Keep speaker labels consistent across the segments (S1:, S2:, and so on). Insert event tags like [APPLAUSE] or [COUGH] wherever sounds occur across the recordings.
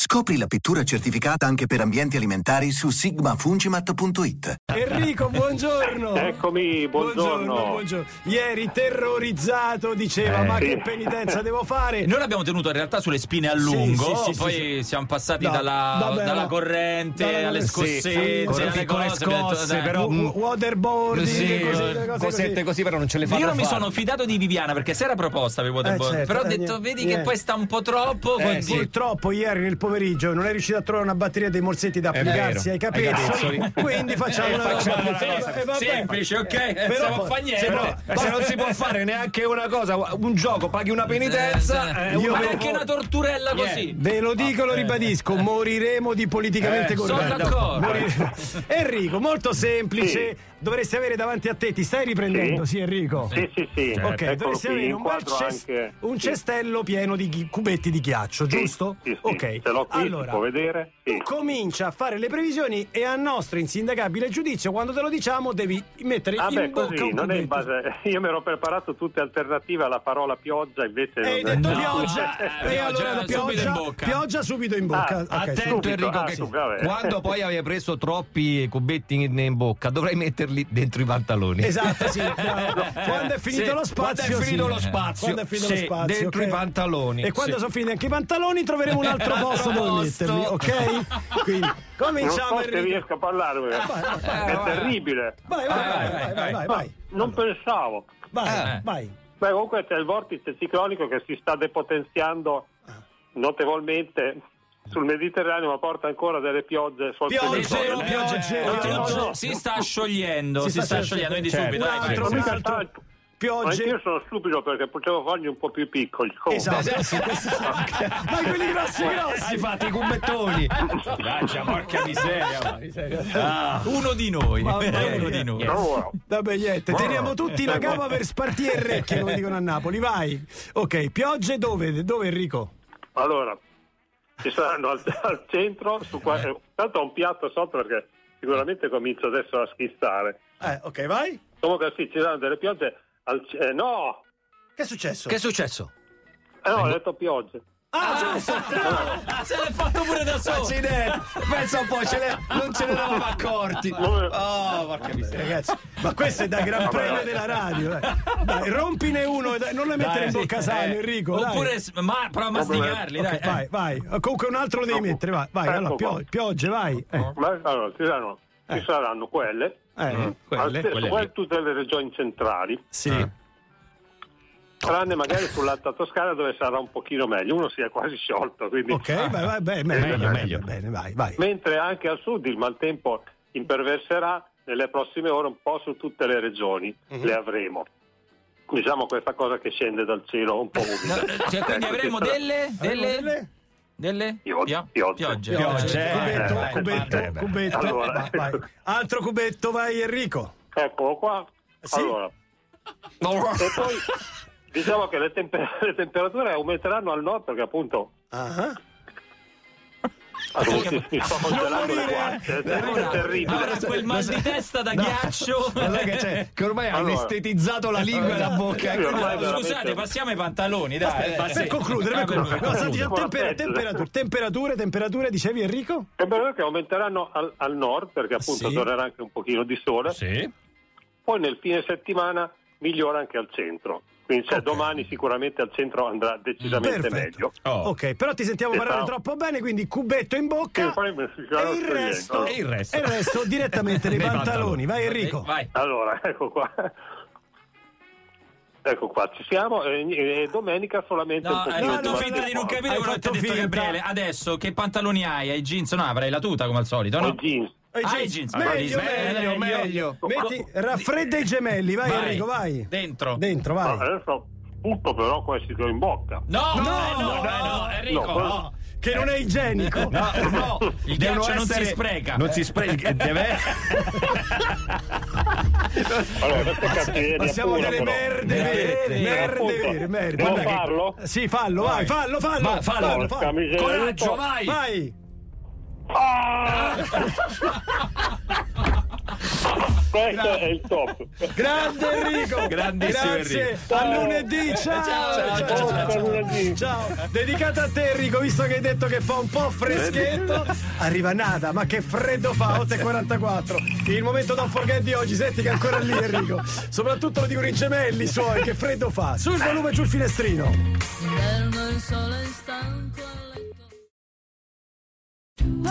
S1: Scopri la pittura certificata anche per ambienti alimentari su sigmafungimat.it.
S2: Enrico, buongiorno.
S3: Eccomi, buongiorno.
S2: Buongiorno, buongiorno. Ieri terrorizzato diceva:
S3: Eh,
S2: Ma
S3: sì.
S2: che penitenza devo fare?
S4: Noi l'abbiamo tenuto in realtà sulle spine a
S2: Sì,
S4: lungo,
S2: sì, sì,
S4: poi
S2: sì, sì.
S4: siamo passati
S2: Da-
S4: dalla,
S2: vabbè,
S4: dalla
S2: no.
S4: corrente
S2: Dalla
S4: alle
S2: corrente, sì,
S4: scossette,
S2: con le
S4: alle
S5: piccole
S4: cose, abbiamo
S5: scosse,
S4: dai.
S5: eh, però-
S2: Wa- wa- waterboarding,
S4: Sì,
S2: così,
S4: eh,
S2: cose
S5: Cosette
S2: così.
S5: così però non ce le fanno
S4: Io non mi
S5: fare.
S4: sono fidato di Viviana perché si era proposta, avevo tempo.
S2: certo,
S4: però ho
S2: eh,
S4: detto,
S2: niente,
S4: vedi che
S2: niente.
S4: poi sta un po' troppo.
S5: Eh,
S4: così.
S5: sì.
S2: Purtroppo ieri nel pomeriggio non è riuscito a trovare una batteria dei morsetti da
S5: È
S2: applicarsi
S5: vero,
S2: ai capezzoli,
S5: ai capezzoli.
S2: [LAUGHS] quindi facciamo
S5: Eh,
S2: una
S5: facciamo
S2: roba
S5: una
S2: più-
S5: cosa Eh,
S2: eh, vabbè. Eh,
S4: semplice, ok?
S2: Però
S4: non
S2: poi-
S4: fa niente.
S2: se
S5: Però, eh, se non si può fare neanche una cosa, un gioco, paghi una penitenza.
S4: Eh,
S5: eh,
S2: io
S4: ma
S2: volevo-
S4: perché una torturella così?
S2: Ve lo dico, lo ribadisco, moriremo di politicamente
S5: Eh,
S4: sono
S2: corretto.
S4: d'accordo. [LAUGHS]
S2: Moriremo. Enrico, molto semplice,
S3: Sì.
S2: dovresti avere davanti a te, ti stai riprendendo, sì,
S3: Sì.
S2: Enrico?
S3: Sì, sì, sì. Certo.
S2: Ok,
S3: Eccolo
S2: dovresti
S3: qui,
S2: avere un, bel
S3: inquadro
S2: cest-
S3: anche-
S2: un
S3: sì,
S2: cestello pieno di ghi- cubetti di ghiaccio,
S3: sì,
S2: giusto?
S3: Sì, sì.
S2: Ok,
S3: Ce l'ho qui, si
S2: allora,
S3: può vedere?
S2: tu
S3: Sì.
S2: comincia a fare le previsioni e a nostro insindacabile giudizio, quando te lo diciamo, devi mettere
S3: Ah,
S2: in
S3: beh,
S2: bocca
S3: così,
S2: un
S3: non è in
S2: cubetto.
S3: base... [LAUGHS] Io mi ero preparato tutte alternative alla parola pioggia, invece...
S2: E hai
S3: non- Ah,
S2: detto
S4: No,
S2: pioggia,
S4: eh,
S2: e
S4: pioggia,
S2: allora la
S4: subito in
S2: pioggia,
S4: bocca.
S2: pioggia subito in bocca.
S3: Ah,
S2: Ok,
S5: Attento
S3: subito,
S5: Enrico
S3: ah,
S5: che
S3: subito, vabbè.
S5: quando
S3: [LAUGHS]
S5: poi avevi preso troppi cubetti in, in bocca dovrai metterli dentro i pantaloni.
S2: Esatto, [LAUGHS] sì. bravo. Quando è finito
S5: Sì,
S2: lo spazio.
S5: quando è finito
S2: sì.
S5: lo spazio,
S2: Quando è finito
S5: sì,
S2: lo spazio.
S5: dentro
S2: ok?
S5: i pantaloni,
S2: E quando
S5: sì.
S2: sono finiti anche i pantaloni, troveremo un altro
S5: Altro
S2: [LAUGHS] posto dove
S5: posto.
S2: metterli, [LAUGHS] ok? Quindi
S3: Non
S2: cominciamo
S3: so se
S2: Enrico. Eh,
S3: riesco a parlare,
S4: vai,
S3: è
S4: vai.
S3: terribile.
S2: Vai, vai, vai, vai, vai, Ah. vai, vai.
S3: Non pensavo.
S2: Vai,
S4: Eh.
S2: vai.
S3: Beh, comunque c'è il vortice ciclonico che si sta depotenziando
S2: Ah.
S3: notevolmente sul Mediterraneo, ma porta ancora delle piogge sul
S2: Piogge,
S3: territorio.
S2: piogge, piogge,
S4: Eh,
S2: piogge.
S4: tutto si sta sciogliendo, si, sta, sciogliendo, quindi
S2: Certo.
S4: subito.
S2: Un
S4: dai,
S2: altro,
S4: sì.
S2: un
S3: sì.
S2: altro.
S3: Ma io
S2: Piogge.
S3: sono stupido perché potevo fargli un po' più piccoli. Comunque.
S2: Esatto, sì, questi [LAUGHS] sono- Dai, quelli grossi, grossi.
S5: Hai fatto i cubettoni.
S4: Faccia, porca miseria. va. Ah, uno di noi, uno di noi.
S3: Allora,
S2: Vabbè, niente, teniamo tutti la gamba per spartire [LAUGHS] e recchie, come dicono a Napoli, vai. Ok, piogge dove? Dove Enrico?
S3: allora, ci saranno al, al centro, su qua- eh, tanto ho un piatto sotto perché sicuramente comincio adesso a schizzare.
S2: Eh, ok, vai.
S3: Comunque sì, ci saranno delle piogge al ce- eh, no!
S2: Che è successo?
S5: Che è successo?
S3: Eh, no, ho detto piogge.
S2: Ah, giusto!
S4: Ah, se l'è fatto pure da solo.
S5: Accidenti, pensa un po', ce le- non ce ne eravamo accorti.
S3: Come-
S5: Oh, porca miseria.
S2: Ragazzi, ma questo è da gran premio della radio. eh. Dai, rompine uno, e dai, non le mettere in bocca sano,
S4: Eh,
S2: Enrico. dai.
S4: Oppure s- ma, prova a masticarli,
S2: Ok,
S4: dai. eh.
S2: vai, vai. Eh, Comunque un altro lo devi mettere, vai. vai.
S3: Ecco
S2: Allora,
S3: qua. Mm.
S2: pio- piogge, vai. Eh,
S3: Ma allora, ci saranno, ci saranno quelle,
S2: eh,
S3: al
S5: Quelle,
S3: centro,
S5: quelle
S3: quelle
S5: lì.
S3: tutte le regioni centrali,
S2: Sì.
S3: tranne magari sull'Alta Toscana dove sarà un pochino meglio, uno si è quasi sciolto. Quindi...
S2: Ok, vai, vai, bene, meglio,
S5: Meglio,
S2: meglio,
S5: meglio.
S2: bene, vai, vai.
S3: Mentre anche al sud il maltempo imperverserà nelle prossime ore un po' su tutte le regioni,
S2: Mhm.
S3: le avremo. Diciamo questa cosa che scende dal cielo un po' umida.
S4: Cioè, quindi
S3: Ecco,
S4: avremo
S3: ci sarà-
S4: delle delle
S2: Delle?
S4: delle
S3: Pio-
S4: Pio-
S3: piogge.
S4: piogge.
S2: Piogge,
S4: Eh,
S2: cubetto,
S3: vai,
S2: cubetto,
S5: vai, vai.
S2: cubetto. eh,
S3: Allora.
S2: Vai, vai. Altro cubetto, vai Enrico.
S3: Eccolo qua.
S2: Sì.
S3: Allora, e poi diciamo che le, tempe- le temperature aumenteranno al nord perché appunto
S2: Ah.
S3: Allora, mi mi sto congelando le guance, è
S4: Ora
S3: terribile.
S4: quel mal di testa da ghiaccio.
S5: Ma sai che, c'è? che ormai hanno
S3: Allora.
S5: estetizzato la lingua e la bocca.
S3: Sì, ormai
S4: Ah,
S3: veramente-
S4: Scusate, passiamo ai pantaloni, dai. eh,
S2: Per
S4: sì.
S2: concludere, per
S4: Ah,
S2: concludere. No, senti, tempera-
S3: concludere.
S2: temperature, temperature, temperature, dicevi Enrico?
S3: Temperature che aumenteranno al, al nord perché appunto
S2: Sì.
S3: tornerà anche un pochino di sole,
S5: Sì.
S3: poi nel fine settimana migliora anche al centro, quindi cioè, domani sicuramente al centro andrà decisamente
S2: Perfetto.
S3: meglio.
S5: Oh.
S2: Ok, però ti sentiamo
S3: Sì,
S2: parlare
S3: no.
S2: troppo bene, quindi cubetto in bocca
S3: Sì, poi mi-
S2: e,
S3: ci sarà
S2: il
S3: lo spray,
S2: resto,
S3: ecco.
S5: E il resto?
S2: e il resto direttamente nei
S5: Nei
S2: pantaloni.
S5: pantaloni.
S2: Vai Enrico.
S4: Vai.
S3: Allora, [LAUGHS] ecco qua. Ecco qua, ci siamo e, e domenica solamente un
S4: No, hai
S3: pochino
S4: fatto
S2: no,
S3: di
S4: finta
S2: no,
S4: di non
S2: no,
S4: capire
S2: hai
S4: quello che ti ha
S2: fatto
S4: detto
S2: finta.
S4: Gabriele. Adesso che pantaloni hai? Hai jeans? No, avrai la tuta come al solito,
S3: Ho
S4: no?
S3: i jeans.
S2: E i
S4: Ah,
S2: jeans.
S4: i jeans.
S2: Meglio,
S4: Ah,
S2: meglio,
S4: meglio,
S2: meglio.
S3: meglio.
S2: Metti, raffredda i gemelli, vai, Enrico, vai.
S4: Dentro.
S2: Dentro,
S3: Ma
S2: vai.
S3: adesso tutto però questo in bocca.
S4: No, eh, no,
S2: no,
S4: eh, no, Enrico.
S3: no.
S4: no.
S2: che non è igienico.
S4: No, no, il
S6: Devono
S4: ghiaccio non si
S6: essere-
S4: spreca.
S6: Non si
S4: [LAUGHS]
S6: spreca, eh, deve
S3: Allora, queste cattiverie
S2: Passiamo a
S3: pura,
S2: delle
S3: però.
S2: merde vere,
S4: Veramente.
S2: merde
S3: Appunto.
S2: vere, merde.
S3: Devo
S2: Guarda che-
S3: farlo?
S2: Sì, fallo, vai, fallo, fallo.
S4: Va, fallo,
S2: fallo,
S3: Porca miseria.
S4: Coraggio, vai!
S2: Vai.
S3: Ah! Questo è il top.
S2: Grande Enrico. [LAUGHS]
S6: Grandissimo
S2: Grazie.
S6: Enrico.
S2: A lunedì, ciao. Ciao, ciao,
S3: Oh, per lunedì.
S2: Ciao. Dedicata a te Enrico, visto che hai detto che fa un po' [LAUGHS] freschetto. Arriva Nada, ma che freddo fa, 8.44. Il momento da forget di oggi, senti che è ancora lì Enrico. Soprattutto lo dicono i gemelli suoi, che freddo fa. Sul volume giù il finestrino.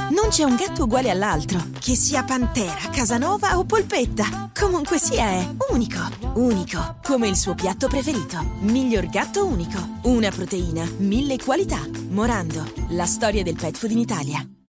S7: Non c'è un gatto uguale all'altro, che sia pantera, casanova o polpetta. Comunque sia è unico, unico, come il suo piatto preferito. Miglior gatto unico, una proteina, mille qualità. Morando, la storia del pet food in Italia.